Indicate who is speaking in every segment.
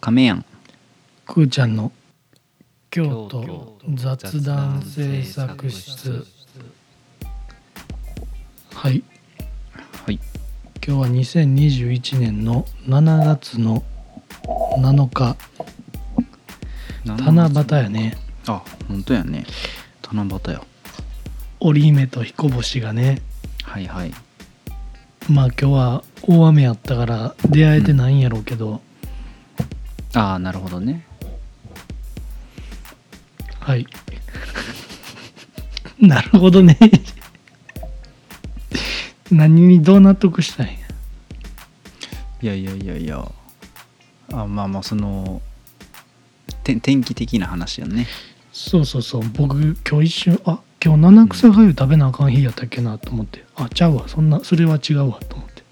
Speaker 1: 亀やん
Speaker 2: くーちゃんの京
Speaker 3: 京
Speaker 2: 都
Speaker 3: 都
Speaker 2: 雑談制作室はい
Speaker 1: はい
Speaker 2: 今日は2021年の7月の7日七夕やね
Speaker 1: あ本当やね七夕や
Speaker 2: 織姫と彦星がね
Speaker 1: はいはい
Speaker 2: まあ今日は大雨やったから出会えてないんやろうけど、
Speaker 1: ああなるほどね
Speaker 2: はい なるほどね 何にどう納得したんや
Speaker 1: いやいやいやいやあまあまあそのて天気的な話やね
Speaker 2: そうそうそう僕今日一瞬あ今日七草がゆ食べなあかん日やったっけなと思ってあちゃうわそんなそれは違うわと思って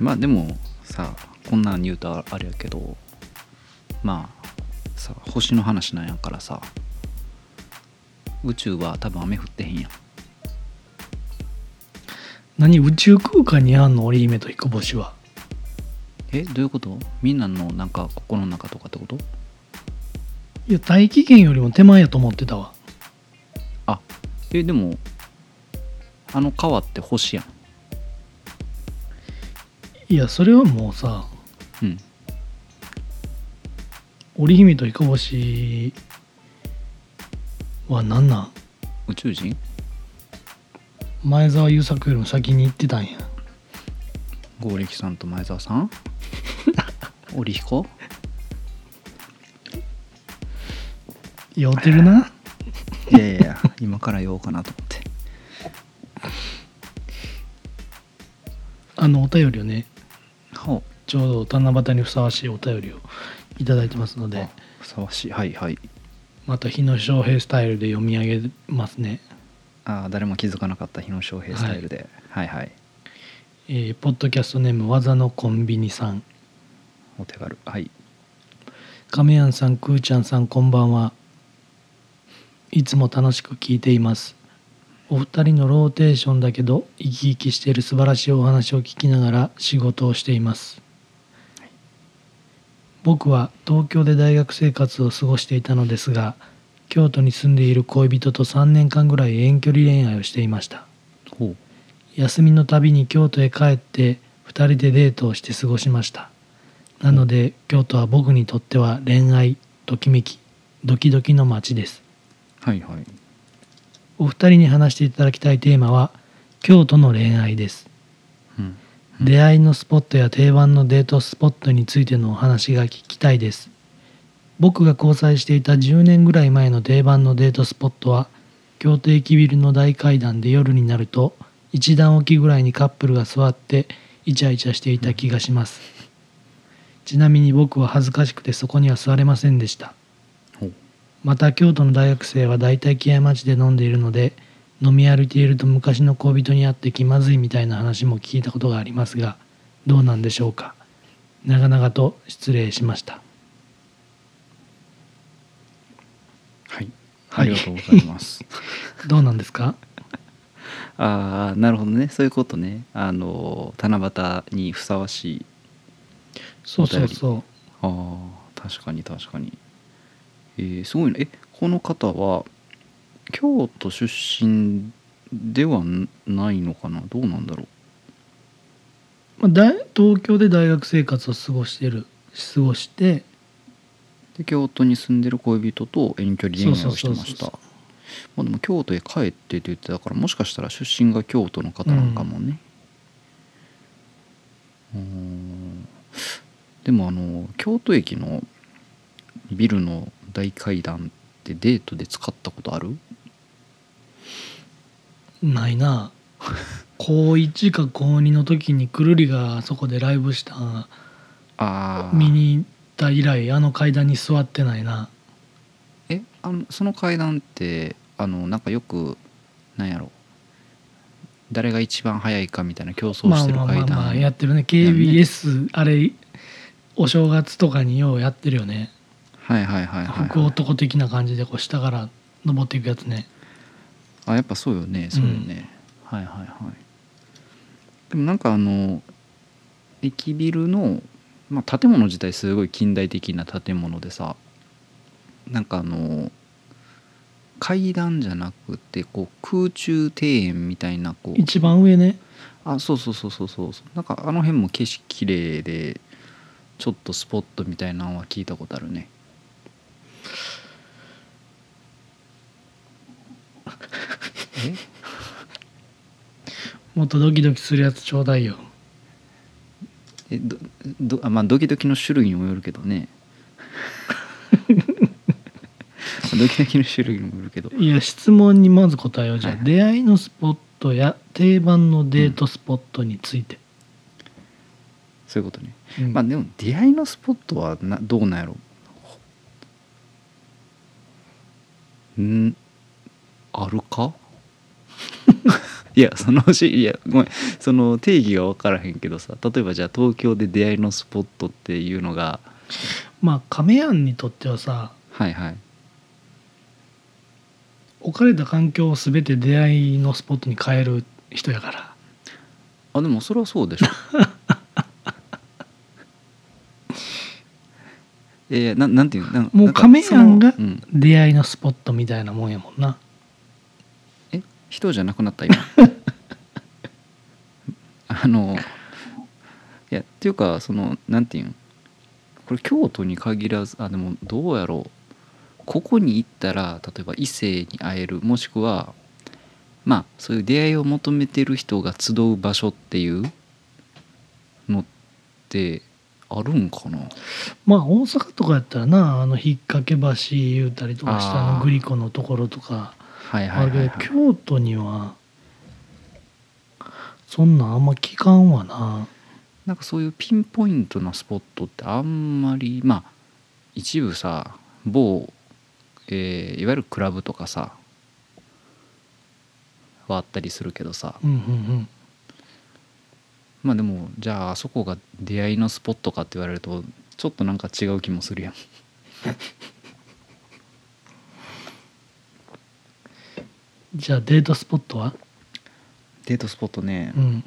Speaker 1: まあでもさこんなん言うとああれやけどまあさ星の話なんやからさ宇宙は多分雨降ってへんやん
Speaker 2: 何宇宙空間にあんの織姫と彦星は
Speaker 1: えどういうことみんなのなんか心の中とかってこと
Speaker 2: いや大気圏よりも手前やと思ってたわ
Speaker 1: あえでもあの川って星やん
Speaker 2: いやそれはもうさ
Speaker 1: うん
Speaker 2: 織姫と彦星は何なん
Speaker 1: 宇宙人
Speaker 2: 前澤友作よりも先に行ってたんや
Speaker 1: 剛力さんと前澤さ ん織彦
Speaker 2: 酔ってるない
Speaker 1: やいやいや今から言おうかなと思って
Speaker 2: あのお便りをね
Speaker 1: ほ
Speaker 2: ちょうど七夕にふさわしいお便りをいただいてますの
Speaker 1: う
Speaker 2: で
Speaker 1: あふさわしいはいはい
Speaker 2: また日野翔平スタイルで読み上げますね、
Speaker 1: あー誰も気づかなかった日野翔平スタイルで、はい、はい
Speaker 2: えーポッドキャストネーム技のコンビニさん
Speaker 1: お手軽はい
Speaker 2: 亀やんさんくーちゃんさんこんばんはいつも楽しく聞いていますお二人のローテーションだけど生き生きしている素晴らしいお話を聞きながら仕事をしています僕は東京で大学生活を過ごしていたのですが京都に住んでいる恋人と3年間ぐらい遠距離恋愛をしていました
Speaker 1: ほう
Speaker 2: 休みのたびに京都へ帰って2人でデートをして過ごしましたなので京都は僕にとっては恋愛ときめきドキドキの街です
Speaker 1: はいはい
Speaker 2: お二人に話していただきたいテーマは京都の恋愛です
Speaker 1: うん
Speaker 2: 出会いのスポットや定番のデートスポットについてのお話が聞きたいです僕が交際していた10年ぐらい前の定番のデートスポットは京都駅ビルの大階段で夜になると一段置きぐらいにカップルが座ってイチャイチャしていた気がしますちなみに僕は恥ずかしくてそこには座れませんでした
Speaker 1: ほう
Speaker 2: また京都の大学生は大体木屋町で飲んでいるので飲み歩いていると昔の恋人に会って気まずいみたいな話も聞いたことがありますがどうなんでしょうか長々と失礼しました
Speaker 1: はいあ
Speaker 2: はい
Speaker 1: りがとうございます、
Speaker 2: どうなんですか
Speaker 1: ああなるほどねそういうことねあの七夕にふさわしい
Speaker 2: そうそうそう
Speaker 1: あー確かに確かにえーすごいなえこの方は京都出身ではないのかなどうなんだろ
Speaker 2: まあ、だい東京で大学生活を過ごしてる過ごして
Speaker 1: うで京都に住んでる恋人と遠距離恋愛をしてま
Speaker 2: そうそうそう
Speaker 1: し
Speaker 2: そう
Speaker 1: たまあでも京都へ帰ってって言ってたからもしかしたら出身が京都の方なのかもね、うーんでもあの京都駅のビルの大階段ってデートで使ったことある
Speaker 2: ないな高1か高2の時にくるりがあそこでライブしたん
Speaker 1: あー
Speaker 2: 見に行った以来あの階段に座ってないな
Speaker 1: えあのその階段ってあのなんかよくなんやろ誰が一番早いかみたいな競争
Speaker 2: ま
Speaker 1: し
Speaker 2: あ
Speaker 1: てる
Speaker 2: まあ
Speaker 1: 階
Speaker 2: まあ
Speaker 1: 段、
Speaker 2: まあやってるね KBS あれお正月とかにようやってるよね
Speaker 1: はいはいはいはい、
Speaker 2: 福男的な感じでこう下から登っていくやつね
Speaker 1: あやっぱそうよねそうよね、はいはいはいでもなんかあの駅ビルの、まあ、建物自体すごい近代的な建物でさなんかあの階段じゃなくてこう空中庭園みたいなこう
Speaker 2: 一番上ね
Speaker 1: あそうそうそうそうそうそうなんかあの辺も景色綺麗でちょっとスポットみたいなのは聞いたことあるねえ
Speaker 2: もっとドキドキするやつちょうだいよ
Speaker 1: えどどあまあドキドキの種類にもよるけどねドキドキの種類にもよるけど
Speaker 2: いや質問にまず答えようじゃあ、
Speaker 1: はいはい
Speaker 2: 出会いのスポットや定番のデートスポットについて、
Speaker 1: そういうことね
Speaker 2: うん
Speaker 1: まあでも出会いのスポットはなどうなんやろんあるかいやそのうちいやごめんその定義が分からへんけどさ例えばじゃあ東京で出会いのスポットっていうのが
Speaker 2: まあ亀やんにとってはさ
Speaker 1: はいはい
Speaker 2: 置かれた環境を全て出会いのスポットに変える人やから
Speaker 1: あでもそれはそうでし ょえー、ななんていうなん
Speaker 2: もう
Speaker 1: なんか
Speaker 2: 亀やんが
Speaker 1: そのうん、
Speaker 2: 出会いのスポットみたいなもんやもんな
Speaker 1: え人じゃなくなった今 あのいやっていうかそのなんていうんこれ京都に限らずあでもどうやろうここに行ったら例えば異性に会えるもしくはまあそういう出会いを求めてる人が集う場所っていうのってあるんかな
Speaker 2: まあ大阪とかやったらなあの引っ掛け橋言うたりとか下
Speaker 1: あ
Speaker 2: の
Speaker 1: ー
Speaker 2: グリコのところとか
Speaker 1: はいは
Speaker 2: あ
Speaker 1: い
Speaker 2: る
Speaker 1: は
Speaker 2: け
Speaker 1: い、
Speaker 2: ど
Speaker 1: はい、
Speaker 2: 京都にはそんなんあんま聞かんわな
Speaker 1: なんかそういうピンポイントなスポットってあんまりまあ一部さ某、えーいわゆるクラブとかさはあったりするけどさ
Speaker 2: うんうんうん
Speaker 1: まあでもじゃああそこが出会いのスポットかって言われるとちょっとなんか違う気もするやん
Speaker 2: じゃあデートスポットは
Speaker 1: デートスポットね、
Speaker 2: うん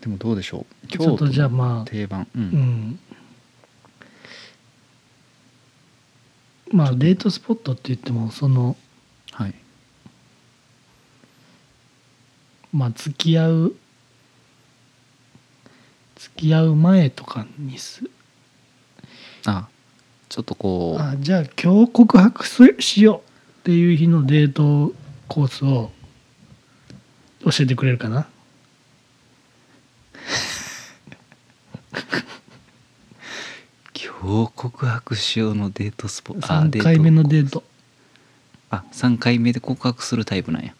Speaker 1: でもどうでしょう
Speaker 2: ちょっとじゃあ
Speaker 1: の
Speaker 2: まあ
Speaker 1: 定番うん、
Speaker 2: うんまあデートスポットって言ってもその
Speaker 1: はい
Speaker 2: まあ付き合う付き合う前とかにす
Speaker 1: あちょっとこう
Speaker 2: あじゃあ今日告白すしようっていう日のデートコースを教えてくれるかな
Speaker 1: 今日告白しようのデートスポットあ
Speaker 2: 3回目の
Speaker 1: デート
Speaker 2: デート
Speaker 1: あ3回目で告白するタイプなんや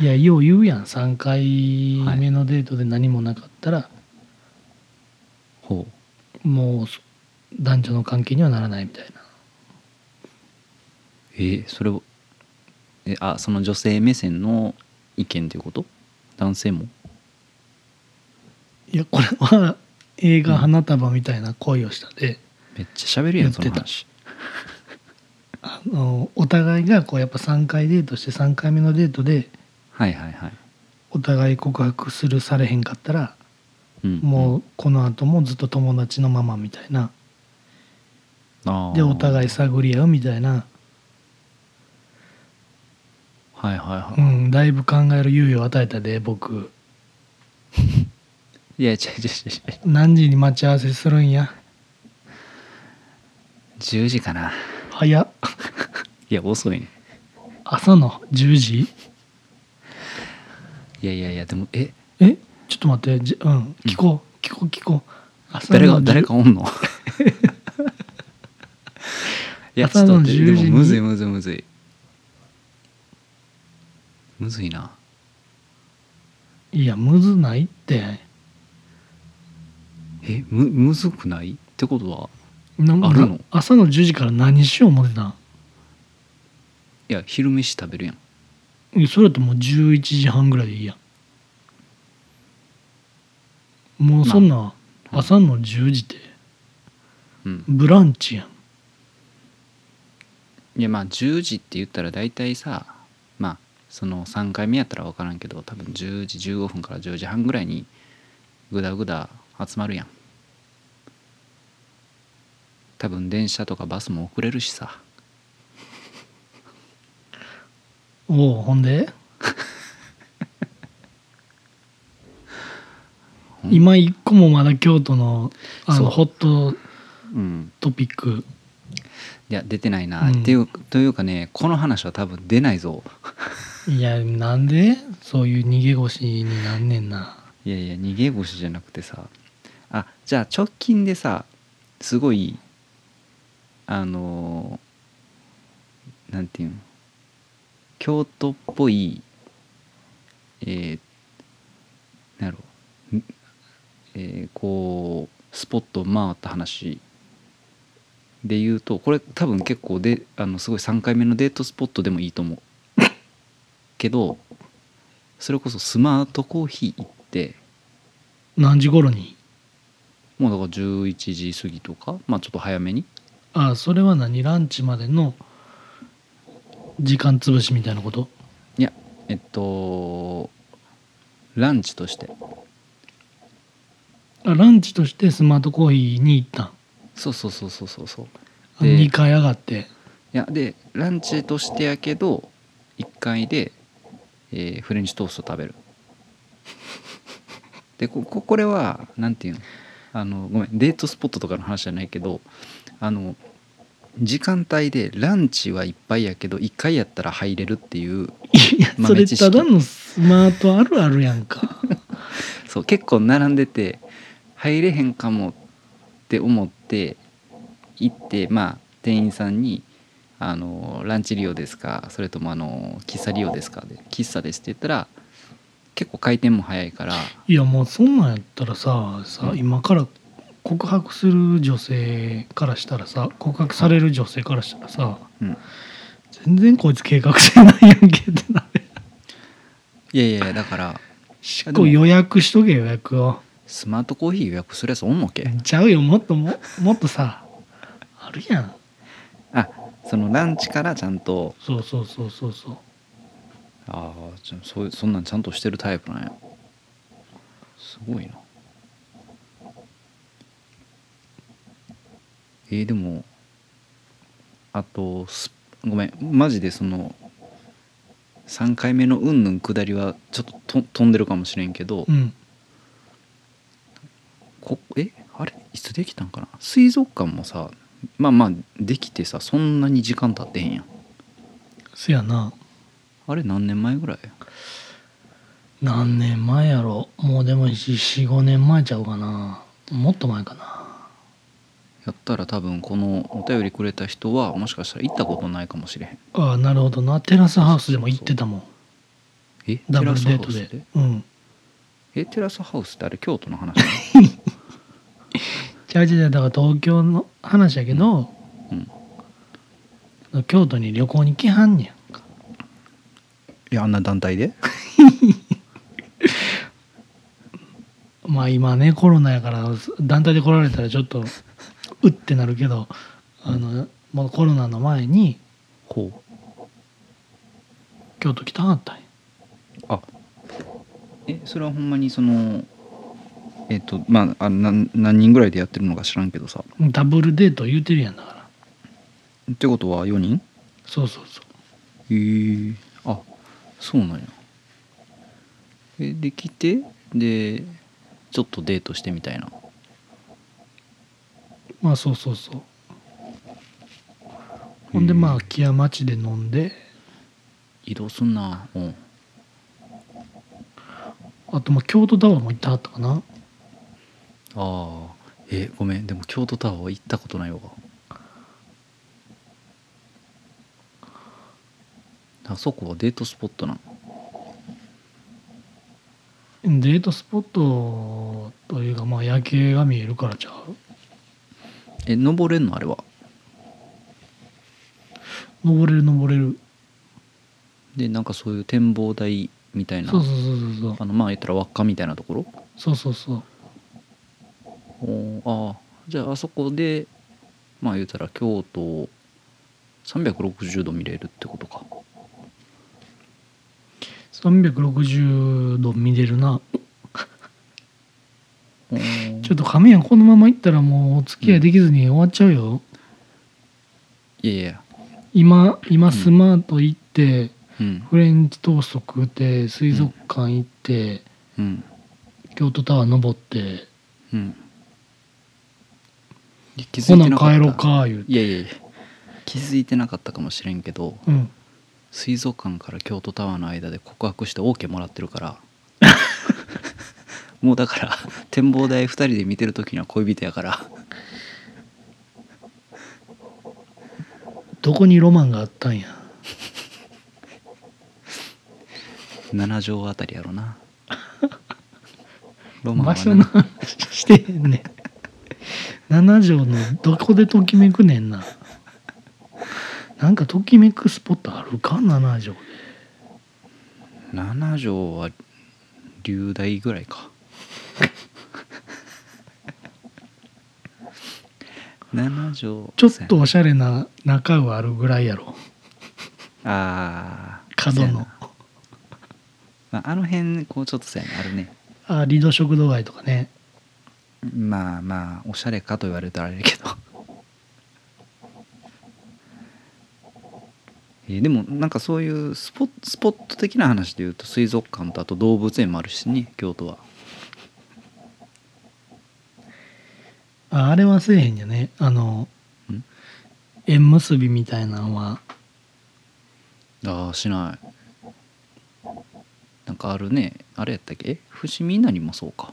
Speaker 2: いやよう言うやん3回目のデートで何もなかったら、
Speaker 1: ほう
Speaker 2: もうそ男女の関係にはならないみたいな
Speaker 1: えーそれをえあその女性目線の意見ということ男性も
Speaker 2: いやこれは映画「花束みたいな恋をしたで」
Speaker 1: めっちゃ喋るやん
Speaker 2: 言って
Speaker 1: そ
Speaker 2: た
Speaker 1: の話
Speaker 2: あのお互いがこうやっぱ3回デートして3回目のデートで
Speaker 1: はいはいはい、
Speaker 2: お互い告白するされへんかったら
Speaker 1: うん、
Speaker 2: もうこの後もずっと友達のままみたいな
Speaker 1: うん
Speaker 2: でお互い
Speaker 1: あー
Speaker 2: 探り合うみたいな、
Speaker 1: はいはいは
Speaker 2: う
Speaker 1: い、
Speaker 2: ん、だいぶ考える猶予を与えたで僕
Speaker 1: いや違う違う違う
Speaker 2: 何時に待ち合わせするんや
Speaker 1: 10時かな
Speaker 2: 早っ
Speaker 1: いや遅いね
Speaker 2: 朝の10時
Speaker 1: いやいやいやでもえ
Speaker 2: えちょっと待ってじうん聞こう、聞こう聞こう朝の
Speaker 1: 誰が誰
Speaker 2: 10
Speaker 1: かおんのいやちょっと待って
Speaker 2: 朝の10
Speaker 1: でも
Speaker 2: 時に
Speaker 1: むずいむずいむずいむずいない
Speaker 2: やむずないって
Speaker 1: えむむずくないってことは
Speaker 2: なんか
Speaker 1: あるの
Speaker 2: 朝の10時から何しよう思ってたん
Speaker 1: いや昼飯食べるやん
Speaker 2: いやそれだともう11時半ぐらいでいいやんもうそんな
Speaker 1: あうん
Speaker 2: 朝の10時って
Speaker 1: うん
Speaker 2: ブランチやん
Speaker 1: いやまあ10時って言ったら大体さまあその3回目やったら分からんけど多分10時15分から10時半ぐらいにグダグダ集まるやん多分電車とかバスも遅れるしさ
Speaker 2: おおほ んで今一個もまだ京都のあ
Speaker 1: そう
Speaker 2: のホット
Speaker 1: うん
Speaker 2: トピック
Speaker 1: いや出てないな、
Speaker 2: うん
Speaker 1: っていうというかねこの話は多分出ないぞ
Speaker 2: いやなんでそういう逃げ腰になんねんない
Speaker 1: やいや逃げ腰じゃなくてさあじゃあ直近でさすごいあのーなんていうん京都っぽいえー、なんやろんえーこうスポットを回った話で言うとこれ多分結構であのすごい3回目のデートスポットでもいいと思うけどそれこそスマートコーヒー行って
Speaker 2: 何時頃に
Speaker 1: もうだから11時過ぎとかまあちょっと早めに
Speaker 2: あそれは何ランチまでの時間潰しみたいなこと
Speaker 1: いやえっとランチとして
Speaker 2: あランチとしてスマートコーヒーに行ったん
Speaker 1: そうそうそうそうそうそう
Speaker 2: あ
Speaker 1: で
Speaker 2: 2回上がって
Speaker 1: いやでランチとしてやけど1階で、えーフレンチトースト食べる でこここれはなんていうのあのごめんデートスポットとかの話じゃないけどあの時間帯でランチはいっぱいやけど1回やったら入れるっていう
Speaker 2: いやそ
Speaker 1: 豆
Speaker 2: れ
Speaker 1: 知識
Speaker 2: ただのスマートあるあるやんか
Speaker 1: そう結構並んでて入れへんかもって思って行ってまあ店員さんに「あのランチ利用ですかそれともあの喫茶利用ですか?」で「喫茶です」って言ったら結構回転も早いから
Speaker 2: いやもうそんなんやったらささ
Speaker 1: うん
Speaker 2: 今から告白する女性からしたらさ告白される女性からしたらさ
Speaker 1: うん
Speaker 2: 全然こいつ計画性ないやんけってなる
Speaker 1: いやいやいやだから
Speaker 2: しっこ予約しとけ予約を
Speaker 1: スマートコーヒー予約するやつおんのけ
Speaker 2: ちゃうよもっとももっとさあるやん
Speaker 1: あそのランチからちゃんと
Speaker 2: そうそうそうそうそう
Speaker 1: ああちょそうそんなんちゃんとしてるタイプなんやすごいなえー、でもあとすごめんマジでその3回目のうんぬん下りはちょっとと飛んでるかもしれんけど、
Speaker 2: うん
Speaker 1: こえあれいつできたんかな水族館もさまあまあできてさそんなに時間経ってへんやん
Speaker 2: せやな
Speaker 1: あれ何年前ぐらい
Speaker 2: 何年前やろもうでも45年前ちゃうかなもっと前かな
Speaker 1: やったら多分このお便りくれた人はもしかしたら行ったことないかもしれへん
Speaker 2: ああなるほどなテラスハウスでも行ってたもん
Speaker 1: え
Speaker 2: ダブルデー
Speaker 1: テラ
Speaker 2: ト
Speaker 1: スハウ
Speaker 2: で
Speaker 1: スって
Speaker 2: うん
Speaker 1: えテラスハウスってあれ京都の話
Speaker 2: じゃあじゃあだから東京の話やけど、
Speaker 1: うん
Speaker 2: 京都に旅行に来はんねやんか
Speaker 1: いやあんな団体で
Speaker 2: まあ今ねコロナやから団体で来られたらちょっと うってなるけどあのもうコロナの前に
Speaker 1: ほう
Speaker 2: 京都来たはったんや
Speaker 1: あえそれはほんまにそのえっとまああなん何人ぐらいでやってるのか知らんけどさ
Speaker 2: ダブルデート言うてるやんだから
Speaker 1: ってことは4人
Speaker 2: そうそうそう
Speaker 1: へえあそうなんやえで来てでちょっとデートしてみたいな
Speaker 2: まあそうそうそうほんで
Speaker 1: うん
Speaker 2: まあ木屋町で飲んで
Speaker 1: 移動すんなうん
Speaker 2: あとまあ京都タワーも行ったはったかな
Speaker 1: ああえごめんでも京都タワーは行ったことないわあそこはデートスポットなの
Speaker 2: デートスポットというかまあ夜景が見えるからちゃう
Speaker 1: え登れんのあれは
Speaker 2: 登れる登れる
Speaker 1: でなんかそういう展望台みたいな
Speaker 2: そうそうそうそう
Speaker 1: あのまあ言ったら輪っかみたいなところ
Speaker 2: そうそうそうそう
Speaker 1: おーああじゃああそこでまあ言ったら京都を360度見れるってことか
Speaker 2: 360度見れるな
Speaker 1: おー
Speaker 2: ちょっと亀やこのまま行ったらもうお付き合いできずに終わっちゃうよ、
Speaker 1: いやいや
Speaker 2: 今今スマート行って、
Speaker 1: うん
Speaker 2: フレンチトースト食って水族館行って、
Speaker 1: うん
Speaker 2: 京都タワー登って
Speaker 1: うんいや気
Speaker 2: ほな帰ろうか言うて、
Speaker 1: いやいやいや気づいてなかったかもしれんけど
Speaker 2: うん、
Speaker 1: 水族館から京都タワーの間で告白して OK もらってるから もうだから展望台2人で見てる時には恋人やから
Speaker 2: どこにロマンがあったんや
Speaker 1: 7畳あたりやろなロマンはな
Speaker 2: 場所の話してへんねん7畳のどこでときめくねんななんかときめくスポットあるか7畳で
Speaker 1: 7畳は流大ぐらいか7
Speaker 2: ちょ
Speaker 1: 畳
Speaker 2: っとおしゃれな中があるぐらいやろ
Speaker 1: ああ
Speaker 2: 角の
Speaker 1: まあ、あの辺こうちょっとさやねあるね
Speaker 2: あリド食堂街とかね
Speaker 1: まあまあおしゃれかと言われたらあれだけど えーでもなんかそういうスポスポット的な話でいうと水族館とあと動物園もあるしね京都は
Speaker 2: ああれはせえへんじゃねあの
Speaker 1: ん
Speaker 2: 縁結びみたいなのは
Speaker 1: ああしないなんかあるねあれやったっけえ伏見稲荷もそうか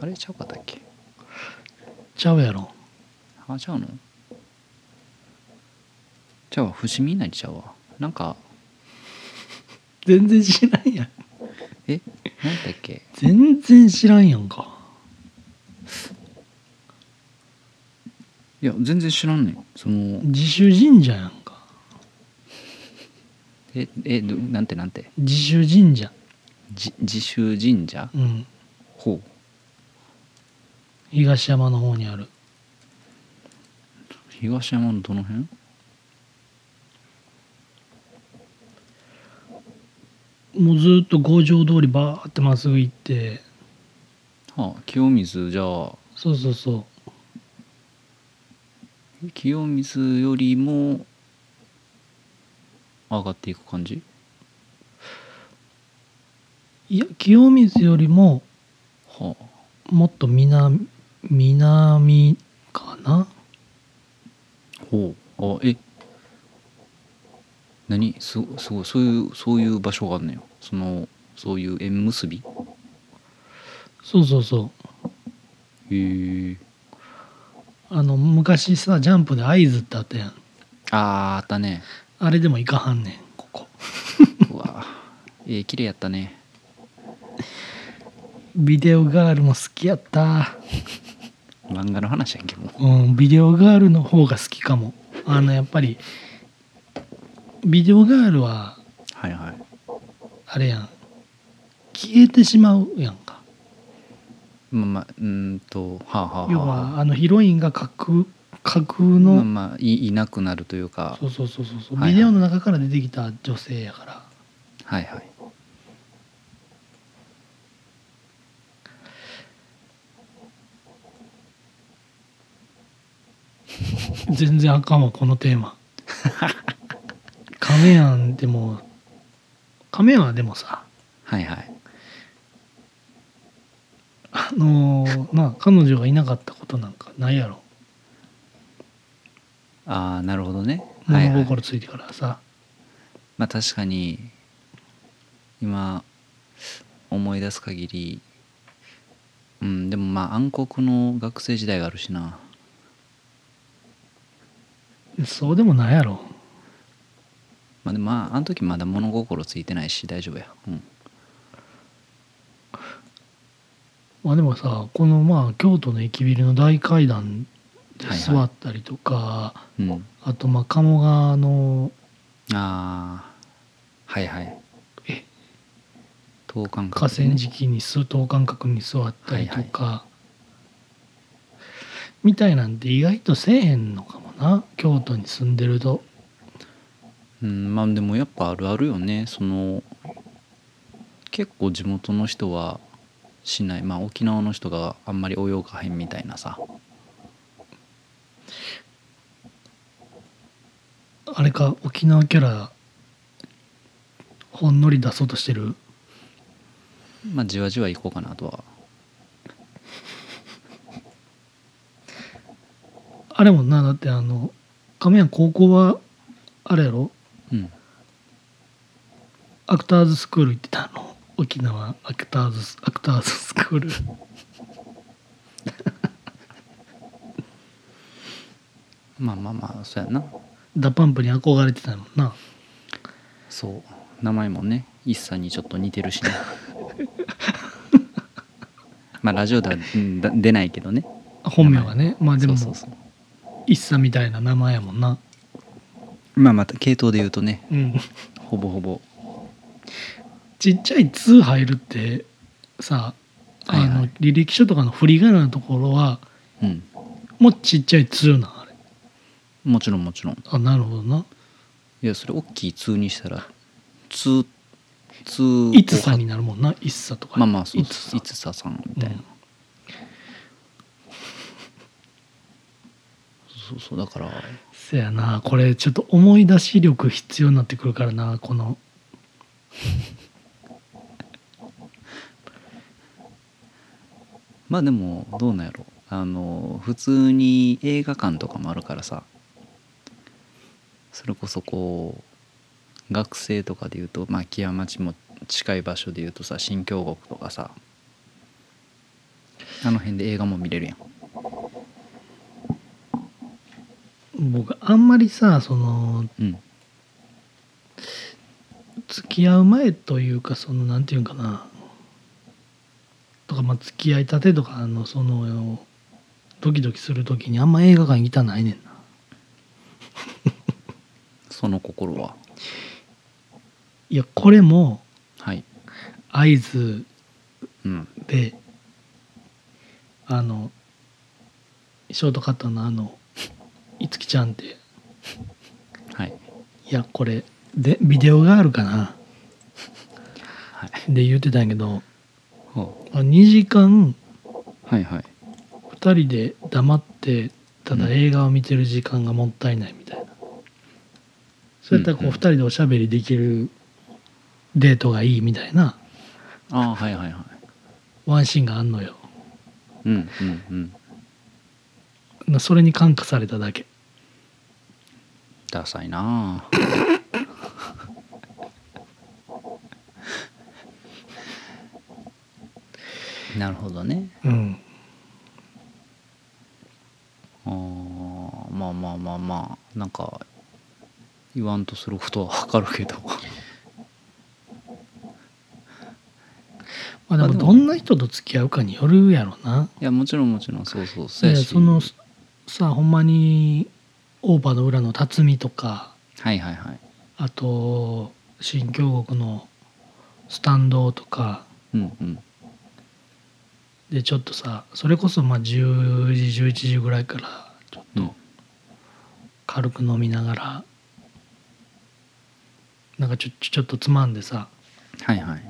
Speaker 1: あれちゃうかったっけ
Speaker 2: ちゃうやろ
Speaker 1: あちゃうのちゃうわ伏見稲荷ちゃうわなんか
Speaker 2: 全然知らんやん
Speaker 1: え何だっけ
Speaker 2: 全然知らんやんか
Speaker 1: いや全然知らんねんその
Speaker 2: 自主神社やんか
Speaker 1: ええどなんてなんて
Speaker 2: 自主神社
Speaker 1: じ自習神社
Speaker 2: うん
Speaker 1: ほう
Speaker 2: 東山の方にある
Speaker 1: 東山のどの辺
Speaker 2: もうずっと五条通りバーってまっすぐ行って
Speaker 1: はあ清水じゃあ
Speaker 2: そうそうそ
Speaker 1: 清水よりも上がっていく感じ
Speaker 2: ういや清水よりも
Speaker 1: はあ
Speaker 2: もっと南南かな
Speaker 1: ほうあえ何すごすごいそういうそういう場所があんのよそのそういう縁結び
Speaker 2: そうそうそう
Speaker 1: へえ
Speaker 2: あの昔さジャンプで会津ってあったやん
Speaker 1: あーあったね
Speaker 2: あれでも行かはんねんここ
Speaker 1: うわええ綺麗やったね
Speaker 2: ビデオガールも好きやった
Speaker 1: 漫画の話やんけもう
Speaker 2: うんビデオガールの方が好きかもあのやっぱりビデオガールは
Speaker 1: はいはい
Speaker 2: あれやん消えてしまうやんか
Speaker 1: まあまあうーんとはあはあはあ
Speaker 2: 要はあのヒロインが架空架空
Speaker 1: まあ
Speaker 2: の
Speaker 1: まあいいなくなるというか
Speaker 2: そうそうそうそうそう
Speaker 1: はいはい
Speaker 2: ビデオの中から出てきた女性やから
Speaker 1: はいはい
Speaker 2: 全然あかんわこのテーマカメアンでもカメアンはでもさ
Speaker 1: はいはい
Speaker 2: あのーまあ彼女がいなかったことなんかないやろ
Speaker 1: ああなるほどねはいは
Speaker 2: 物
Speaker 1: い
Speaker 2: 心ついてからさ、
Speaker 1: まあ確かに今思い出す限りうんでもまあ暗黒の学生時代があるしな
Speaker 2: そうでもないやろ
Speaker 1: まあでもまああの時まだ物心ついてないし大丈夫やうん
Speaker 2: まあでもさこのまあ京都の駅ビルの大階段で
Speaker 1: はいはい
Speaker 2: 座ったりとか、
Speaker 1: うん
Speaker 2: あとまあ鴨川の
Speaker 1: ああはいはい
Speaker 2: え
Speaker 1: 等間
Speaker 2: 河
Speaker 1: 隔ね
Speaker 2: 川敷にす等間隔に座ったりとか、みたいなんて意外とせえへんのかもな京都に住んでると
Speaker 1: ううんまあでもやっぱあるあるよねその結構地元の人はしないまあ沖縄の人があんまり泳がへんみたいなさ
Speaker 2: あれか沖縄キャラほんのり出そうとしてる
Speaker 1: まあじわじわ行こうかなとは
Speaker 2: あれもなだってあの亀屋高校はあれやろ
Speaker 1: うん
Speaker 2: アクターズスクール行ってたの沖縄アクターズスアクターズスクール
Speaker 1: まあまあまあそうやな
Speaker 2: ダパンプに憧れてたもんな
Speaker 1: そう名前もね一茶にちょっと似てるし ねまあラジオではうんだ出ないけどね
Speaker 2: 本名はねまあでも
Speaker 1: そうそうそう
Speaker 2: 一茶みたいな名前やもんな
Speaker 1: まあまた系統で言うとね
Speaker 2: うん
Speaker 1: ほぼほぼ
Speaker 2: ちっちゃい「2」入るってさあの、
Speaker 1: はいはい
Speaker 2: 履歴書とかの振り仮名のところは
Speaker 1: うん
Speaker 2: もうちっちゃい「2」なんあれ
Speaker 1: もちろんもちろん
Speaker 2: あなるほどない
Speaker 1: やそれ大きい「通」にしたら「通」「通
Speaker 2: 「いつさ」になるもんな「いつさ」とか
Speaker 1: まあまあそう
Speaker 2: い
Speaker 1: で
Speaker 2: つ
Speaker 1: す
Speaker 2: さ
Speaker 1: いつささんみたいな、
Speaker 2: うん
Speaker 1: そうそうだから
Speaker 2: せやなこれちょっと思い出し力必要になってくるからなこの
Speaker 1: まあでもどうなんやろあの普通に映画館とかもあるからさそれこそこう学生とかでいうとまあ木屋町も近い場所でいうとさ新京極とかさあの辺で映画も見れるやん
Speaker 2: 僕あんまりさその
Speaker 1: うん
Speaker 2: 付き合う前というかそのなんていうんかなとかまあ付き合いたてとかあのそのドキドキする時にあんま映画館行きたないねんな
Speaker 1: その心はい
Speaker 2: やこれも
Speaker 1: はい
Speaker 2: 合図
Speaker 1: うん
Speaker 2: であのショートカットのあのいつきちゃんってい
Speaker 1: はい
Speaker 2: やこれでビデオがあるかな
Speaker 1: はい
Speaker 2: で言ってたんやけど
Speaker 1: ほ
Speaker 2: あ2時間
Speaker 1: うはいはい
Speaker 2: 2人で黙ってただ
Speaker 1: うん
Speaker 2: 映画を見てる時間がもったいないみたいな、そうやったらこ
Speaker 1: うん
Speaker 2: う
Speaker 1: うん
Speaker 2: 2人でおしゃべりできるデートがいいみたいな
Speaker 1: ああはいはいはい
Speaker 2: ワンシーンがあんのよ
Speaker 1: うんうんうん
Speaker 2: まあそれに感化されただけ
Speaker 1: ダサいなあ なるほどね
Speaker 2: うん
Speaker 1: あーまあまあまあまあなんか言わんとすることはわかるけど
Speaker 2: まあで
Speaker 1: まあ
Speaker 2: も
Speaker 1: で
Speaker 2: ど
Speaker 1: も
Speaker 2: んな人と付き合うかによるやろない
Speaker 1: やもちろんもちろんそうそうそ
Speaker 2: いう
Speaker 1: や
Speaker 2: や
Speaker 1: し
Speaker 2: そのさほんまにオーバーの裏の辰巳とか
Speaker 1: はいはいはい
Speaker 2: あと新京極のスタンドとか
Speaker 1: うんうん
Speaker 2: でちょっとさそれこそまあ10時11時ぐらいからちょっ
Speaker 1: うん
Speaker 2: と軽く飲みながらなんかちょちょちょっとつまんでさ
Speaker 1: はいはい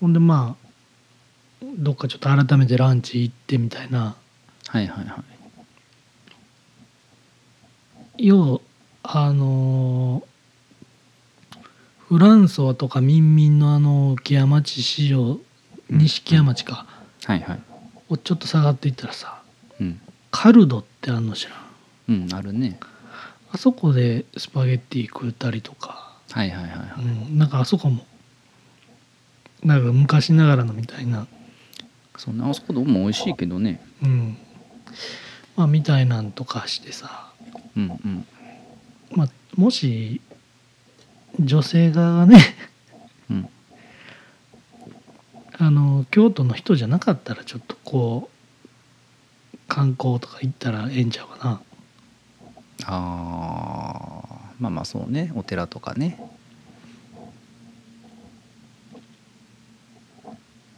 Speaker 2: ほんでまあどっかちょっと改めてランチ行ってみたいな
Speaker 1: はいはいはい
Speaker 2: ようあのーフランソワとかミンミンのあの木屋町市場
Speaker 1: うん
Speaker 2: 西木屋町か、
Speaker 1: はいはい
Speaker 2: をちょっと下がっていったらさ
Speaker 1: うん
Speaker 2: カルドってあんの知らん
Speaker 1: うんあるね
Speaker 2: あそこでスパゲッティ食ったりとか、
Speaker 1: はいはいはいは
Speaker 2: う
Speaker 1: い
Speaker 2: ん、なんかあそこもなんか昔ながらのみたいな、
Speaker 1: そうねあそこどうも美味しいけどね
Speaker 2: うん、まあみたいなんとかしてさ、
Speaker 1: うんうん
Speaker 2: まあ、もし女性側がね
Speaker 1: うん
Speaker 2: あの京都の人じゃなかったらちょっとこう観光とか行ったらええんちゃうかな
Speaker 1: あーまあまあそうねお寺とかね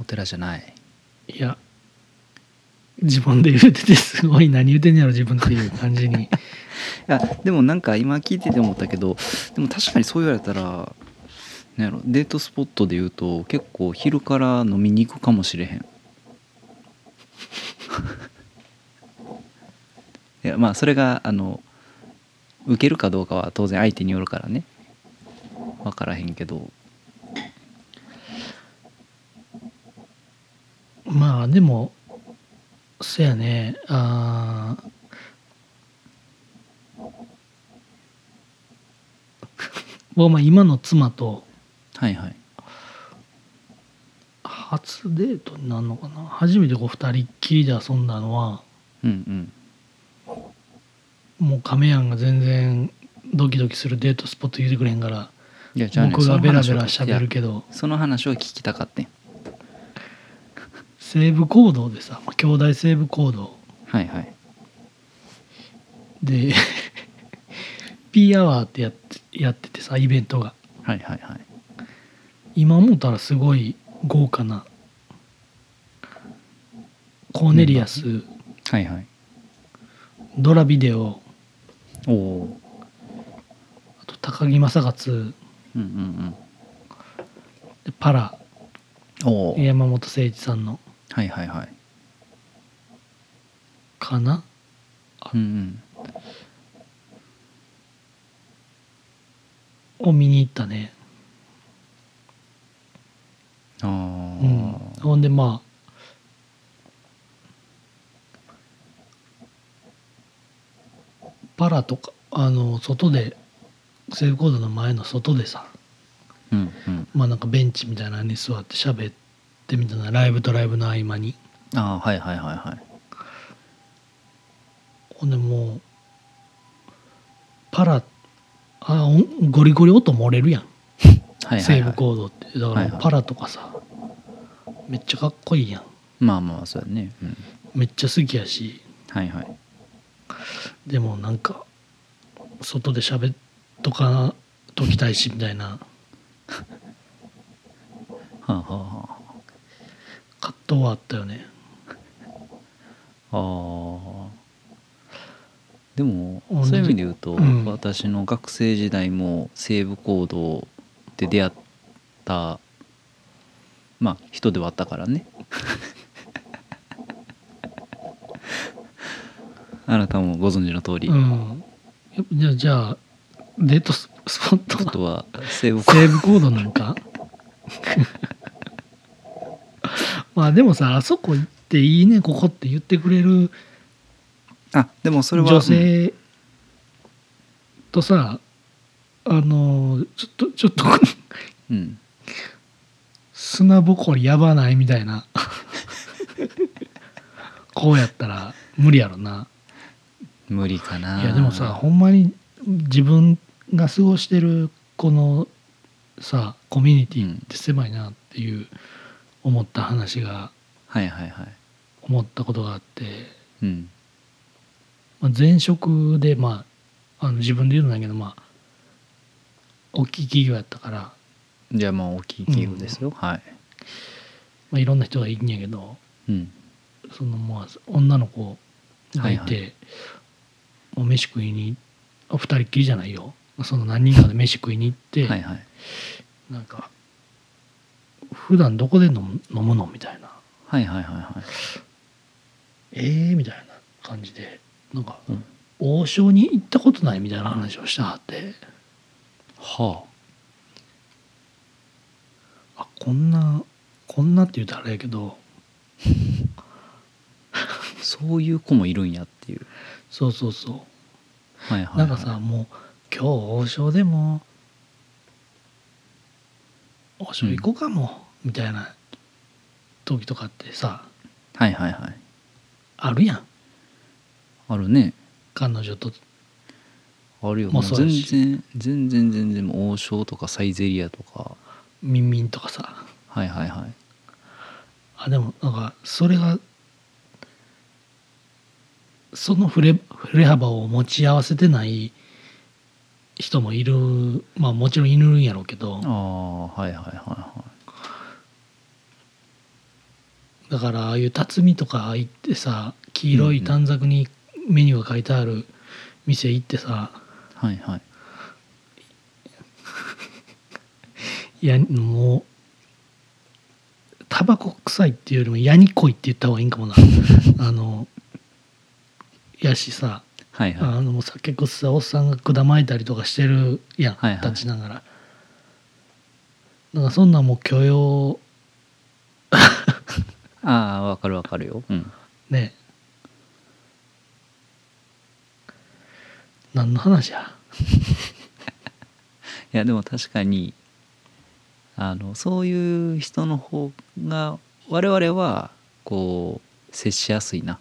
Speaker 1: お寺じゃない
Speaker 2: いや自分で言うててすごい何言うてんねやろ自分っていう感じに
Speaker 1: やでもなんか今聞いてて思ったけどでも確かにそう言われたらなんやろデートスポットで言うと結構昼から飲みに行くかもしれへん いやまあそれがあの受けるかどうかは当然相手によるからね分からへんけど
Speaker 2: まあでもそやねあー 僕はまあ今の妻と
Speaker 1: はいはい
Speaker 2: 初デートになるのかな初めてこう二人っきりで遊んだのは
Speaker 1: うんうん
Speaker 2: もう亀やんが全然ドキドキするデートスポット言ってくれへんから
Speaker 1: いやじゃあね
Speaker 2: 僕がベラベラしゃべる
Speaker 1: い
Speaker 2: けど
Speaker 1: やその話を聞きたかってん
Speaker 2: 西武行動でさまあ兄弟西武行動
Speaker 1: はいはい
Speaker 2: で P アワーってやってやっててさイベントが
Speaker 1: はいはいはい
Speaker 2: 今思ったらすごい豪華なコーネリアス
Speaker 1: はいはい
Speaker 2: ドラビデオ
Speaker 1: おお
Speaker 2: あと高木正勝
Speaker 1: うんうん
Speaker 2: でパラ
Speaker 1: うんおお
Speaker 2: 山本誠一さんの
Speaker 1: はいはいはい
Speaker 2: かな
Speaker 1: うん
Speaker 2: を見に行ったね、
Speaker 1: うん
Speaker 2: うん
Speaker 1: あ、あ、
Speaker 2: ほんでまあパラとかあの外でセーブコードの前の外でさ
Speaker 1: うんうん
Speaker 2: まあなんかベンチみたいなのに座って喋ってみたいなライブとライブの合間に
Speaker 1: ああはいはいはいはい
Speaker 2: ほんでもうパラあおゴリゴリ音漏れるやん
Speaker 1: はいはいはい
Speaker 2: セーブコードってだか
Speaker 1: はい
Speaker 2: ら
Speaker 1: はい
Speaker 2: パラとかさ、めっちゃかっこいいやん
Speaker 1: まあまあそうやねうん
Speaker 2: めっちゃ好きやし
Speaker 1: はいはい
Speaker 2: でもなんか外で喋っとかときたいしみたいな
Speaker 1: はあはあはあ
Speaker 2: 葛藤はあったよね
Speaker 1: ああでも
Speaker 2: 同じ
Speaker 1: そういう意味で言うと、
Speaker 2: うん
Speaker 1: 私の学生時代も西武行動で出会ったまあ人ではあったからね あなたもご存知の通り、
Speaker 2: うんやっぱじゃあじゃあデートススポット
Speaker 1: あ
Speaker 2: は
Speaker 1: とは西武行動
Speaker 2: セーブコードなんか まあでもさあそこ行っていいねここって言ってくれる
Speaker 1: あでもそれは
Speaker 2: 女性とさ、あのちょっとちょっと
Speaker 1: うんうん
Speaker 2: 砂ぼこりやばないみたいな こうやったら無理やろな
Speaker 1: 無理かない
Speaker 2: いやでもさほんまに自分が過ごしてるこのさコミュニティって狭いなっていう思った話が
Speaker 1: はいはいはい
Speaker 2: 思ったことがあって、
Speaker 1: うん
Speaker 2: まあ、前職でまああの自分で言うんだけどまあ大きい企業やったから、
Speaker 1: じゃあまあ大きい企業ですよ、はい
Speaker 2: まあ、いろんな人がいるんやけど
Speaker 1: うん
Speaker 2: そのまあ女の子がいて、
Speaker 1: はい
Speaker 2: もう飯食いにあ二人っきりじゃないよその何人かで飯食いに行って、
Speaker 1: はいはい
Speaker 2: なんか普段どこで飲む飲むのみたいな
Speaker 1: はいはいはいはい
Speaker 2: ええみたいな感じでなんか、
Speaker 1: うん
Speaker 2: 王将に行ったことないみたいな話をしたはって
Speaker 1: はあ
Speaker 2: あこんなこんなって言うたらあれやけど
Speaker 1: そういう子もいるんやっていう。
Speaker 2: そうそうそ
Speaker 1: はいは
Speaker 2: う
Speaker 1: い、
Speaker 2: なんかさもう今日王将でも王将行こうかも、みたいな時とかってさ
Speaker 1: はいはいはい。
Speaker 2: あるやん
Speaker 1: あるね。
Speaker 2: 彼女と
Speaker 1: あるよ。
Speaker 2: ま
Speaker 1: も
Speaker 2: あ
Speaker 1: う
Speaker 2: そう
Speaker 1: 全
Speaker 2: やし
Speaker 1: 然、全然全然、もう王将とかサイゼリアとか。
Speaker 2: ミンミンとかさ
Speaker 1: はいはいはい。
Speaker 2: あでもなんかそれがその振れ振れ幅を持ち合わせてない人もいるまあもちろんいるんやろうけど
Speaker 1: ああ、はいはいはいは
Speaker 2: だからああいう辰巳とか行ってさ黄色い短冊にメニューが書いてある店行ってさ
Speaker 1: はいはい
Speaker 2: いやもうタバコ臭いっていうよりもヤニ濃いって言った方がいいん かもなあのやしさ
Speaker 1: はいはい
Speaker 2: あのもうさ結構さおっさんがくだまいたりとかしてるやん、
Speaker 1: はいはい
Speaker 2: 立ちながらだからそんなんもう許容
Speaker 1: ああわかるわかるよ、うん、
Speaker 2: ね何の話や
Speaker 1: いやでも確かにあのそういう人の方が我々はこう接しやすいな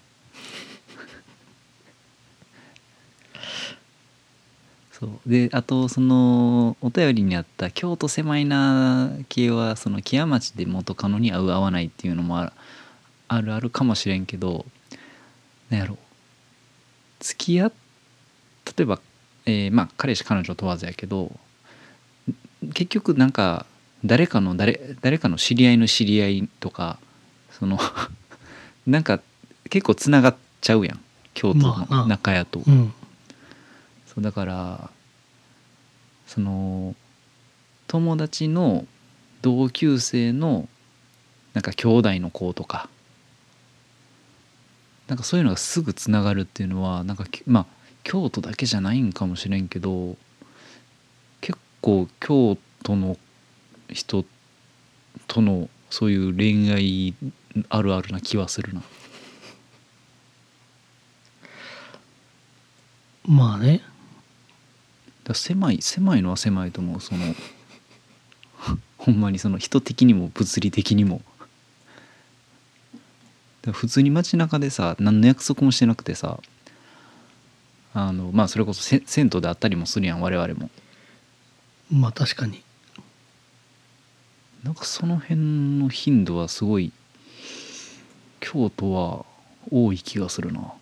Speaker 1: そうであとそのお便りにあった京都狭いな系はその木屋町で元カノに合う合わないっていうのもあるあるあるかもしれんけどなんやろ付き合っ例えば、えーまあ彼氏彼女問わずやけど結局なんか誰かの誰誰かの知り合いの知り合いとかその なんか結構つながっちゃうやん京都
Speaker 2: まあな
Speaker 1: の中やと。
Speaker 2: うん
Speaker 1: そうだからその友達の同級生のなんか兄弟の子とかなんかそういうのがすぐつながるっていうのはなんかきまあ京都だけじゃないんかもしれんけど結構京都の人とのそういう恋愛あるあるな気はするな。
Speaker 2: まあね
Speaker 1: だから狭い狭いのは狭いと思うその ほんまにその人的にも物理的にもだから普通に街中でさ何の約束もしてなくてさあのまあそれこそせ銭湯であったりもするやん我々も
Speaker 2: まあ確かに
Speaker 1: なんかその辺の頻度はすごい京都は多い気がするな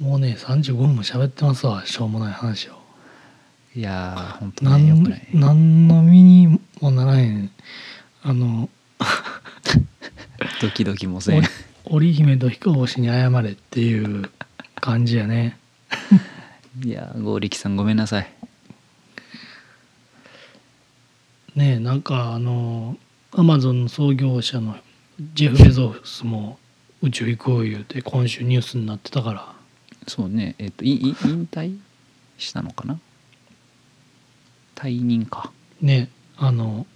Speaker 2: もうね35分も喋ってますわしょうもない話を
Speaker 1: いやー本当
Speaker 2: なん
Speaker 1: ねよくない
Speaker 2: なんの身にもならへんあの
Speaker 1: ドキドキもせん
Speaker 2: お織姫と彦星に謝れっていう感じやね
Speaker 1: いやー剛力さんごめんなさい
Speaker 2: ねえなんかあのアマゾンの創業者のジェフ・ベゾスも宇宙行こう言うて今週ニュースになってたから
Speaker 1: そうねえっ、といい引退したのかな退任か
Speaker 2: ねあの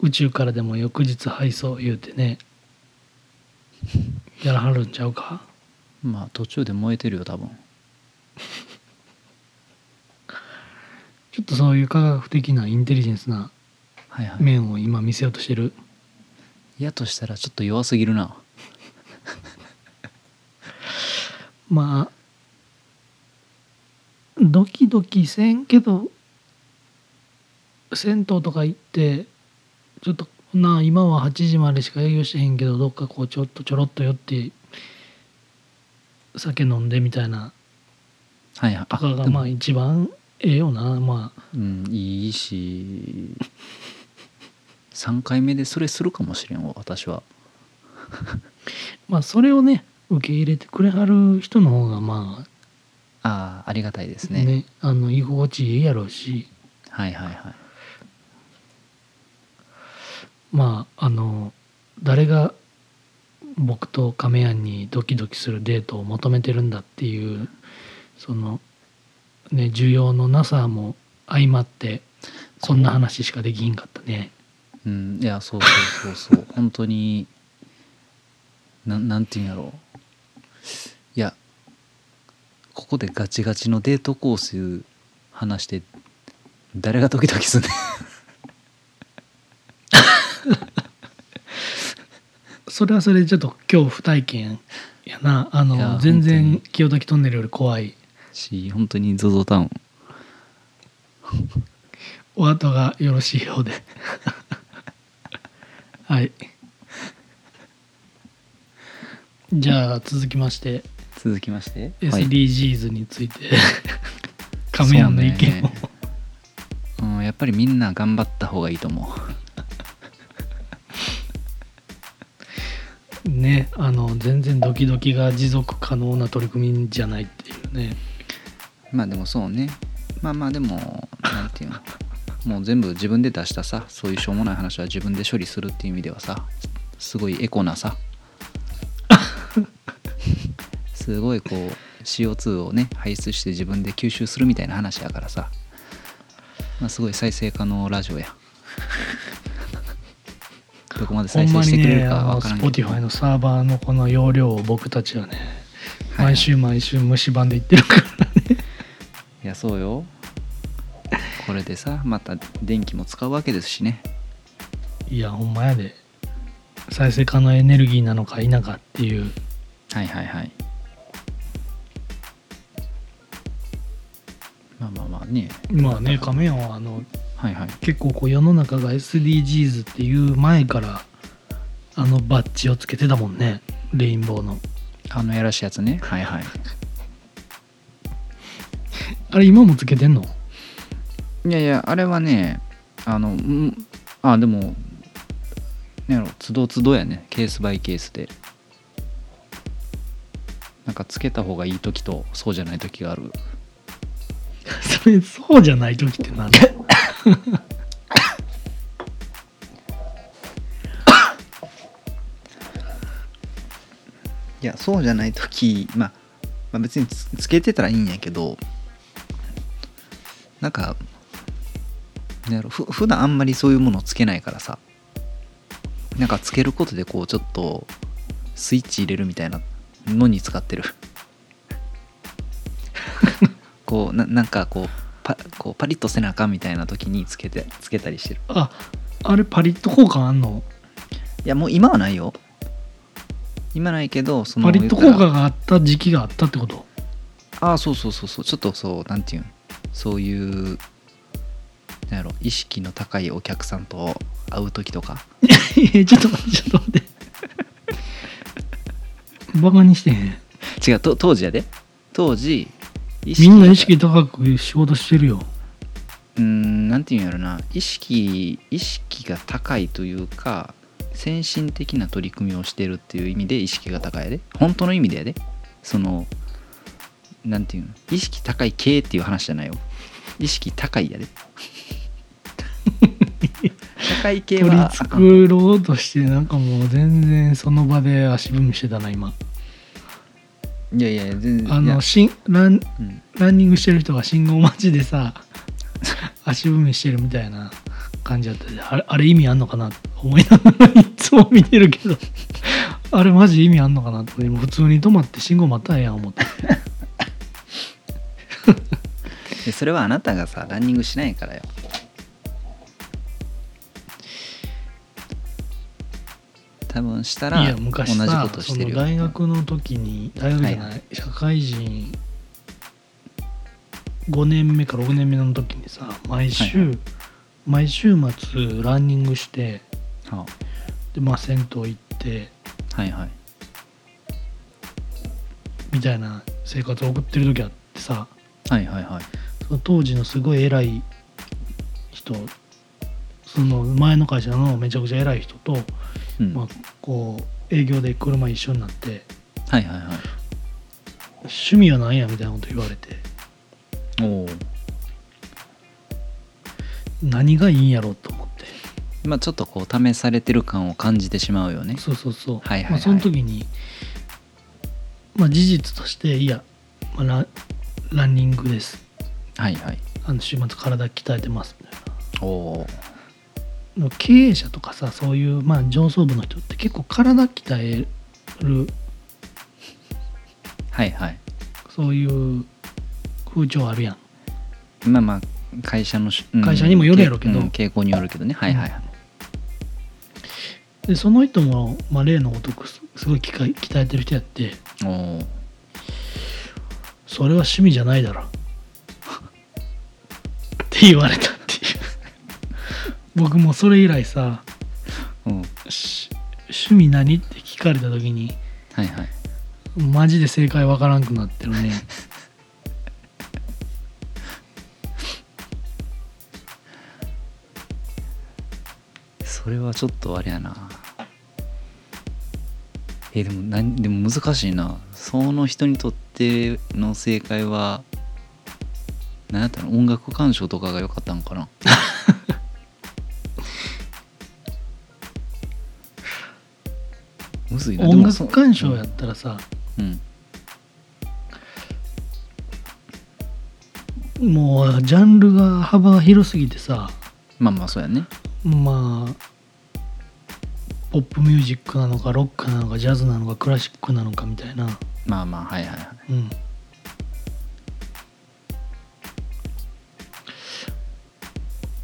Speaker 2: 宇宙からでも翌日配送言うてねやらはるんちゃうか
Speaker 1: まあ途中で燃えてるよ多分
Speaker 2: ちょっとそういう科学的なインテリジェンスな
Speaker 1: はいはい
Speaker 2: 面を今見せようとしてる
Speaker 1: やとしたらちょっと弱すぎるな
Speaker 2: まあドキドキせんけど銭湯とか行ってちょっとなあ今は8時までしか営業してへんけどどっかこうちょっとちょろっと寄って酒飲んでみたいな
Speaker 1: はいはい
Speaker 2: とかが
Speaker 1: でも
Speaker 2: まあ一番ええよなまあ
Speaker 1: うんいいし3回目でそれするかもしれんわ私は
Speaker 2: まあそれをね受け入れてくれはる人の方がまあ
Speaker 1: ああありがたいですね
Speaker 2: ねあの居心地いいやろうし
Speaker 1: はいはいはい
Speaker 2: まああの誰が僕と亀庵にドキドキするデートを求めてるんだっていうそのね需要のなさも相まってこんな話しかできひんかったね
Speaker 1: うんいやそうそうそうそう本当になんなんていうんやろういやここでガチガチのデートコース話して誰がドキドキすんねん
Speaker 2: それはそれでちょっと恐怖体験やなあ
Speaker 1: いや
Speaker 2: の全
Speaker 1: 本
Speaker 2: 然
Speaker 1: 当
Speaker 2: 清滝トンネルより怖い
Speaker 1: し本当に ZOZO タウン
Speaker 2: お後がよろしいよう ではいじゃあ続きまして
Speaker 1: 続きまして、はい
Speaker 2: SDGs について、亀山の意見を、
Speaker 1: そうねうん、やっっぱりみんな頑張った方がいいと思う
Speaker 2: ねあの全然ドキドキが持続可能な取り組みじゃないっていうね
Speaker 1: まあでもそうねまあまあでもなんていうのもう全部自分で出したさそういうしょうもない話は自分で処理するっていう意味ではさすごいエコな さすごいこう CO2 をね排出して自分で吸収するみたいな話やからさ、まあ、すごい再生可能ラジ オやどこまで
Speaker 2: ほ
Speaker 1: 再
Speaker 2: ん
Speaker 1: 生
Speaker 2: ま
Speaker 1: して
Speaker 2: に
Speaker 1: くれ
Speaker 2: ね
Speaker 1: るか
Speaker 2: あ
Speaker 1: わ
Speaker 2: の
Speaker 1: からんけど、
Speaker 2: Spotify のサーバーのこの容量を僕たちはね
Speaker 1: はい
Speaker 2: 毎週毎週虫歯で言ってるからね
Speaker 1: いやそうよこれでさまた電気も使うわけですしね
Speaker 2: いやほんまやで再生可能エネルギーなのか否かっていう
Speaker 1: はいはいはいまあまあまあね
Speaker 2: まあね亀山はあの
Speaker 1: はいはい
Speaker 2: 結構こう世の中が SDGs っていう前からあのバッジをつけてたもんねレインボーの
Speaker 1: あのやらしいやつねはいはい
Speaker 2: あれ今もつけてんの
Speaker 1: いやいやあれはねあのうんあでもなんやろつどつどやねケースバイケースでなんかつけた方がいい時とそうじゃない時がある
Speaker 2: それそうじゃない時ってなんだ
Speaker 1: いやそうじゃない時、まあ、まあ別につつけてたらいいんやけどなんかなんやろふ普段あんまりそういうものをつけないからさなんかつけることでこうちょっとスイッチ入れるみたいなのに使ってる こうななんかこうパこうパリッと背中みたいな時につけてつけたりしてる
Speaker 2: ああれパリッと効果あんの
Speaker 1: いやもう今はないよ今ないけどその
Speaker 2: パリッと
Speaker 1: 言
Speaker 2: 効
Speaker 1: ったら
Speaker 2: 果があった時期があったってこと
Speaker 1: ああそうそうそうそうちょっとそうなんていうんそういうなんやろ意識の高いお客さんと会う時とか
Speaker 2: えちょっと待ってちょっと待って バカにしてへん
Speaker 1: 違うと当時やで当時意
Speaker 2: みんな
Speaker 1: が
Speaker 2: 意識高く仕事してるよ
Speaker 1: うーんなんていうんやろな意識意識が高いというか先進的な取り組みをしてるっていう意味で意識が高いやで本当の意味でやでそのなんていうん意識高い系っていう話じゃないよ意識高いや で高い系
Speaker 2: 取り
Speaker 1: はあかん
Speaker 2: 繕ろうとしてなんかもう全然その場で足踏みしてたな今
Speaker 1: いやいや全然
Speaker 2: あ
Speaker 1: いや
Speaker 2: のしんラン
Speaker 1: うん
Speaker 2: ランニングしてる人が信号待ちでさ足踏みしてるみたいな感じだったであれあれ意味あんのかなって思いながらいつも見てるけどあれマジ意味あんのかなってでも普通に止まって信号待ったらええやん思って
Speaker 1: でそれはあなたがさランニングしないからよ多分したら
Speaker 2: いや
Speaker 1: 同じこ
Speaker 2: 昔さ
Speaker 1: とし
Speaker 2: そ
Speaker 1: てる
Speaker 2: の
Speaker 1: よ
Speaker 2: 大学の時に大学じゃない、
Speaker 1: は
Speaker 2: 社会人5年目か6年目の時にさ毎週、
Speaker 1: はい
Speaker 2: 毎週末ランニングして
Speaker 1: は
Speaker 2: で、まあ、銭湯行って
Speaker 1: あはいはい
Speaker 2: みたいな生活を送ってる時あってさ
Speaker 1: はいはいはい
Speaker 2: その当時のすごい偉い人その前の会社のめちゃくちゃ偉い人と、
Speaker 1: うん
Speaker 2: まあ、こう営業で車一緒になって
Speaker 1: はいはいはい
Speaker 2: 趣味は何やみたいなこと言われて
Speaker 1: おお
Speaker 2: 何がいいんやろうと思って
Speaker 1: まあちょっとこう試されてる感を感じてしまうよね
Speaker 2: そうそうそう、
Speaker 1: はいはいはい
Speaker 2: まあ、その時に、まあ、事実としていや、まあ、ラランニングです
Speaker 1: はいはい
Speaker 2: あの週末体鍛えてますみたい
Speaker 1: お
Speaker 2: な
Speaker 1: おー
Speaker 2: の経営者とかさそういう、まあ、上層部の人って結構体鍛える
Speaker 1: はいはい
Speaker 2: そういう風潮あるやん
Speaker 1: まあまあ会社のし、うん
Speaker 2: 会社にもよるやろうけど
Speaker 1: うん傾向によるけどねはいはいはい、
Speaker 2: でその人も、まあ、例のごとくすすごい鍛え鍛えてる人やって
Speaker 1: おおー
Speaker 2: それは趣味じゃないだろ って言われたっていう僕もそれ以来さ
Speaker 1: うん
Speaker 2: し趣味何って聞かれた時に
Speaker 1: はいはい
Speaker 2: マジで正解わからんくなってるね
Speaker 1: それはちょっとあれやなえでもなんでも難しいなその人にとっての正解は何やったの音楽鑑賞とかが良かったんかな む ずいなで
Speaker 2: 音
Speaker 1: もそ
Speaker 2: 楽鑑賞やったらさ、
Speaker 1: うん
Speaker 2: もうジャンルが幅が広すぎてさ
Speaker 1: まあまあそうやね
Speaker 2: まあポップミュージックなのかロックなのかジャズなのかクラシックなのかみたいな
Speaker 1: まあまあはいはいはい
Speaker 2: うん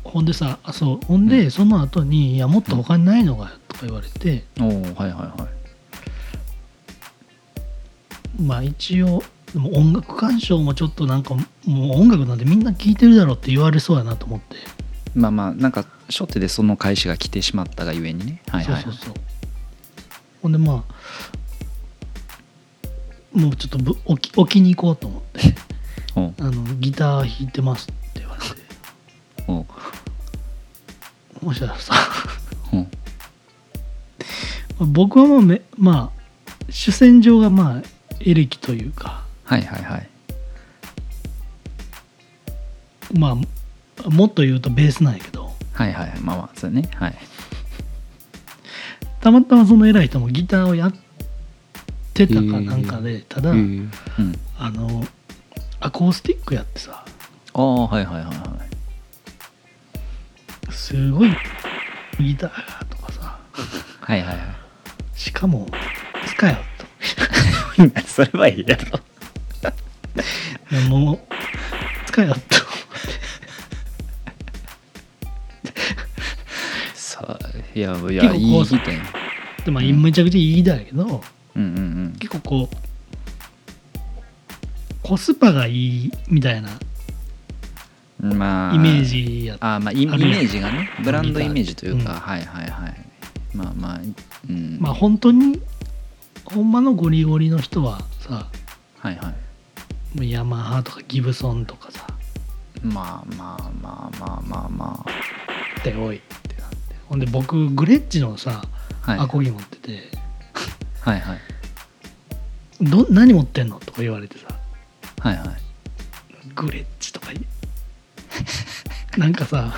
Speaker 2: ほんでさあそうほん
Speaker 1: う
Speaker 2: でその後に「いやもっと他にないのか」とか言われて、
Speaker 1: おおはいはいはい
Speaker 2: まあ一応でも音楽鑑賞もちょっとなんかもう音楽なんてみんな聴いてるだろうって言われそうやなと思って、
Speaker 1: まあまあなんか初手でその返しが来てしまったがゆえにねはいはい
Speaker 2: そうそうそうほんでまあもうちょっとぶ置き置きに行こうと思って
Speaker 1: おう
Speaker 2: あのギター弾いてますって言われて
Speaker 1: おう
Speaker 2: もしたらさ
Speaker 1: おう
Speaker 2: 僕はもうめまあ主戦場がまあエレキというか
Speaker 1: はいはいはい
Speaker 2: まあもっと言うとベースなんやけど
Speaker 1: はいはいはいまあまあそうねはい
Speaker 2: たまたまその偉い人もギターをやってたか
Speaker 1: へえ
Speaker 2: なんかで、ただ、
Speaker 1: うん
Speaker 2: あのアコースティックやってさ
Speaker 1: ああはいはいはいはい
Speaker 2: すごいギターがとかさ
Speaker 1: はいはいは
Speaker 2: しかも使えよ
Speaker 1: い それはいいやろ
Speaker 2: といやもう使えよと
Speaker 1: さあいやいやいい
Speaker 2: 結構
Speaker 1: ギ
Speaker 2: こ
Speaker 1: ターやん
Speaker 2: でまあ
Speaker 1: うん
Speaker 2: めちゃくちゃいいギターやけど
Speaker 1: うんうんうん
Speaker 2: 結構こうコスパがいいみたいな
Speaker 1: まあ
Speaker 2: イメージやっ
Speaker 1: あーまあイイメ
Speaker 2: あるやん
Speaker 1: ージがねブランドイメージというか、
Speaker 2: うん
Speaker 1: はいはいはいまあまあうん
Speaker 2: まあ本当にほんまのゴリゴリの人はさ
Speaker 1: はいはい
Speaker 2: もうヤマハとかギブソンとかさ
Speaker 1: まあまあまあまあまあま
Speaker 2: っておいってなってほんで僕グレッチのさ
Speaker 1: あはい
Speaker 2: アコギ持ってて、
Speaker 1: はいはい
Speaker 2: ど何持ってんのとか言われてさ
Speaker 1: はいはい
Speaker 2: グレッチとか言え なんかさ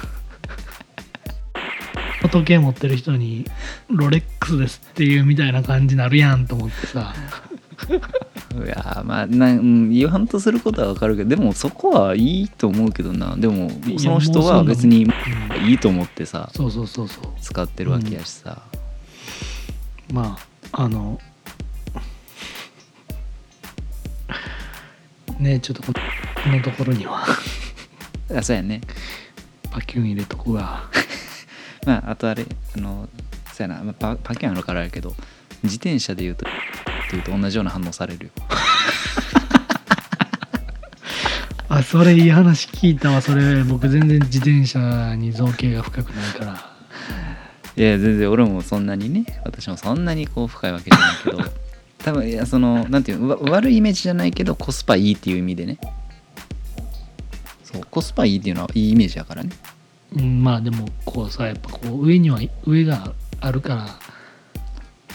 Speaker 2: 時計持ってる人に「ロレックスです」っていうみたいな感じになるやんと思ってさ
Speaker 1: いやーまあなんうん言わんとすることはわかるけどでもそこはいいと思うけどなでも
Speaker 2: いや
Speaker 1: その人
Speaker 2: もうそうな
Speaker 1: は
Speaker 2: の
Speaker 1: 別に
Speaker 2: うん
Speaker 1: いいと思ってさ
Speaker 2: そうそうそうそう
Speaker 1: 使ってるわけやしさ、
Speaker 2: まああのねえちょっとこのところには
Speaker 1: あそうやね
Speaker 2: パキュン入れとこが
Speaker 1: まああとあれあのそうやな、まあ、パパキュンあるからやけど自転車で言うとっていうと同じような反応されるよ
Speaker 2: あそれいい話聞いたわそれ僕全然自転車に造形が深くないから
Speaker 1: いや全然俺もそんなにね私もそんなにこう深いわけじゃないけ ど多分いやそのなんていうのわ悪いイメージじゃないけどコスパいいっていう意味でねそうコスパいいっていうのはいいイメージやからね
Speaker 2: うんまあでもこうさやっぱこう上には上があるから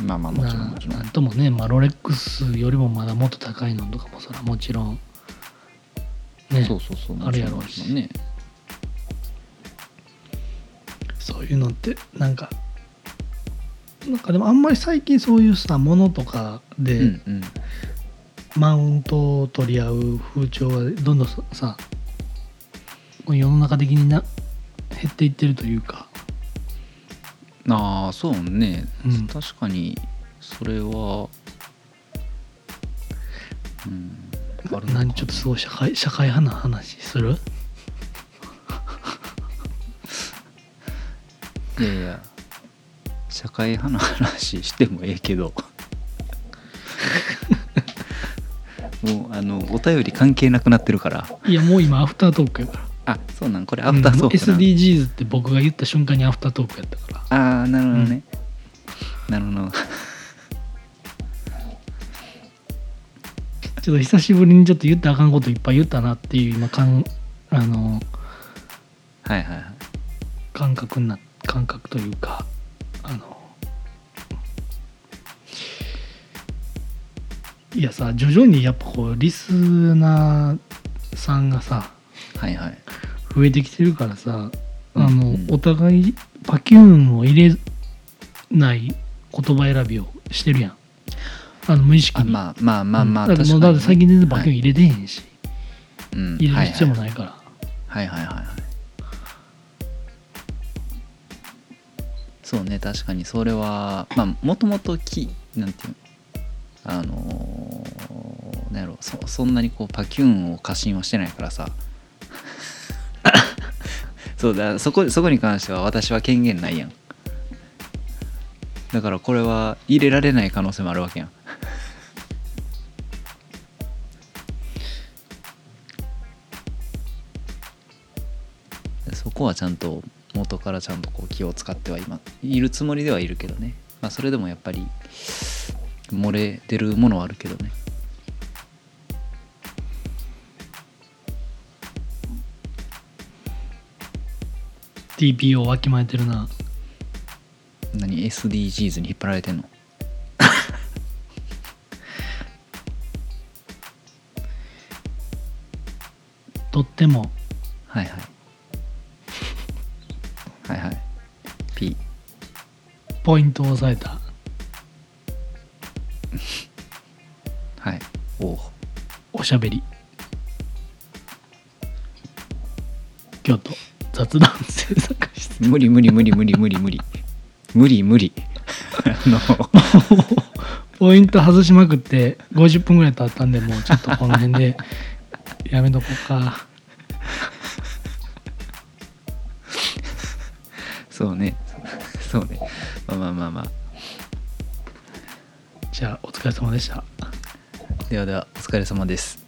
Speaker 1: まあまあも
Speaker 2: な
Speaker 1: ちろんもちろん
Speaker 2: なんともね、まあ、ロレックスよりもまだもっと高いのとかもそらもちろんね
Speaker 1: そうそうそう
Speaker 2: あるやろ
Speaker 1: も
Speaker 2: う
Speaker 1: ち
Speaker 2: し
Speaker 1: んね
Speaker 2: そういうのってなんかなんかでもあんまり最近そういうさものとか
Speaker 1: う
Speaker 2: で
Speaker 1: んうん
Speaker 2: マウントを取り合う風潮がどんどんささこう世の中的にな減っていってるというか、
Speaker 1: ああそうね、
Speaker 2: うん
Speaker 1: 確かにそれはうんあるのか
Speaker 2: 何ちょっとすごい社会社会派な話する
Speaker 1: いやいや社会派の話してもええけど もうあのお便り関係なくなってるから
Speaker 2: いやもう今アフタートークやから
Speaker 1: あそうなんこれアフタートーク
Speaker 2: う
Speaker 1: なんん、
Speaker 2: SDGs って僕が言った瞬間にアフタートークやったから
Speaker 1: ああなるほどね、なるほど
Speaker 2: ちょっと久しぶりにちょっと言ったらあかんこといっぱい言ったなっていう今かんあの
Speaker 1: はいはいはい
Speaker 2: 感覚な感覚というかあのいやさ徐々にやっぱこうリスナーさんがさ
Speaker 1: はいはい
Speaker 2: 増えてきてるからさあ
Speaker 1: うん
Speaker 2: の、
Speaker 1: うん
Speaker 2: お互いパキューンを入れない言葉選びをしてるやんあの無意識
Speaker 1: あ
Speaker 2: に
Speaker 1: まあまあまあまあ
Speaker 2: うんだってもうだって最近全然バキューン入れてへんし、
Speaker 1: うん
Speaker 2: 入れる必要も
Speaker 1: はい
Speaker 2: ないから、
Speaker 1: はいはいはいはいそうね確かにそれはまあもともときなんていうのあのーなんやろうそそんなにこうパキューンを過信はしてないからさ そうだそこそこに関しては私は権限ないやんだからこれは入れられない可能性もあるわけやんそこはちゃんと元からちゃんとこう気を使っては今いるつもりではいるけどね、まあ、それでもやっぱり漏れ出るものはあるけどね
Speaker 2: ー TPO をわきまえてるな
Speaker 1: 何 SDGs に引っ張られてんの
Speaker 2: とっても
Speaker 1: はいはいはいはい P
Speaker 2: ポイントを抑えた
Speaker 1: はいおう
Speaker 2: おしゃべり京都雑談制作室
Speaker 1: 無理無理無理無理無理無理無理無理あの
Speaker 2: ポイント外しまくって50分ぐらい経ったんでもうちょっとこの 辺でやめとこうか
Speaker 1: そうねそうねまあまあまあまあ
Speaker 2: じゃあお疲れ様でした
Speaker 1: ではではお疲れ様です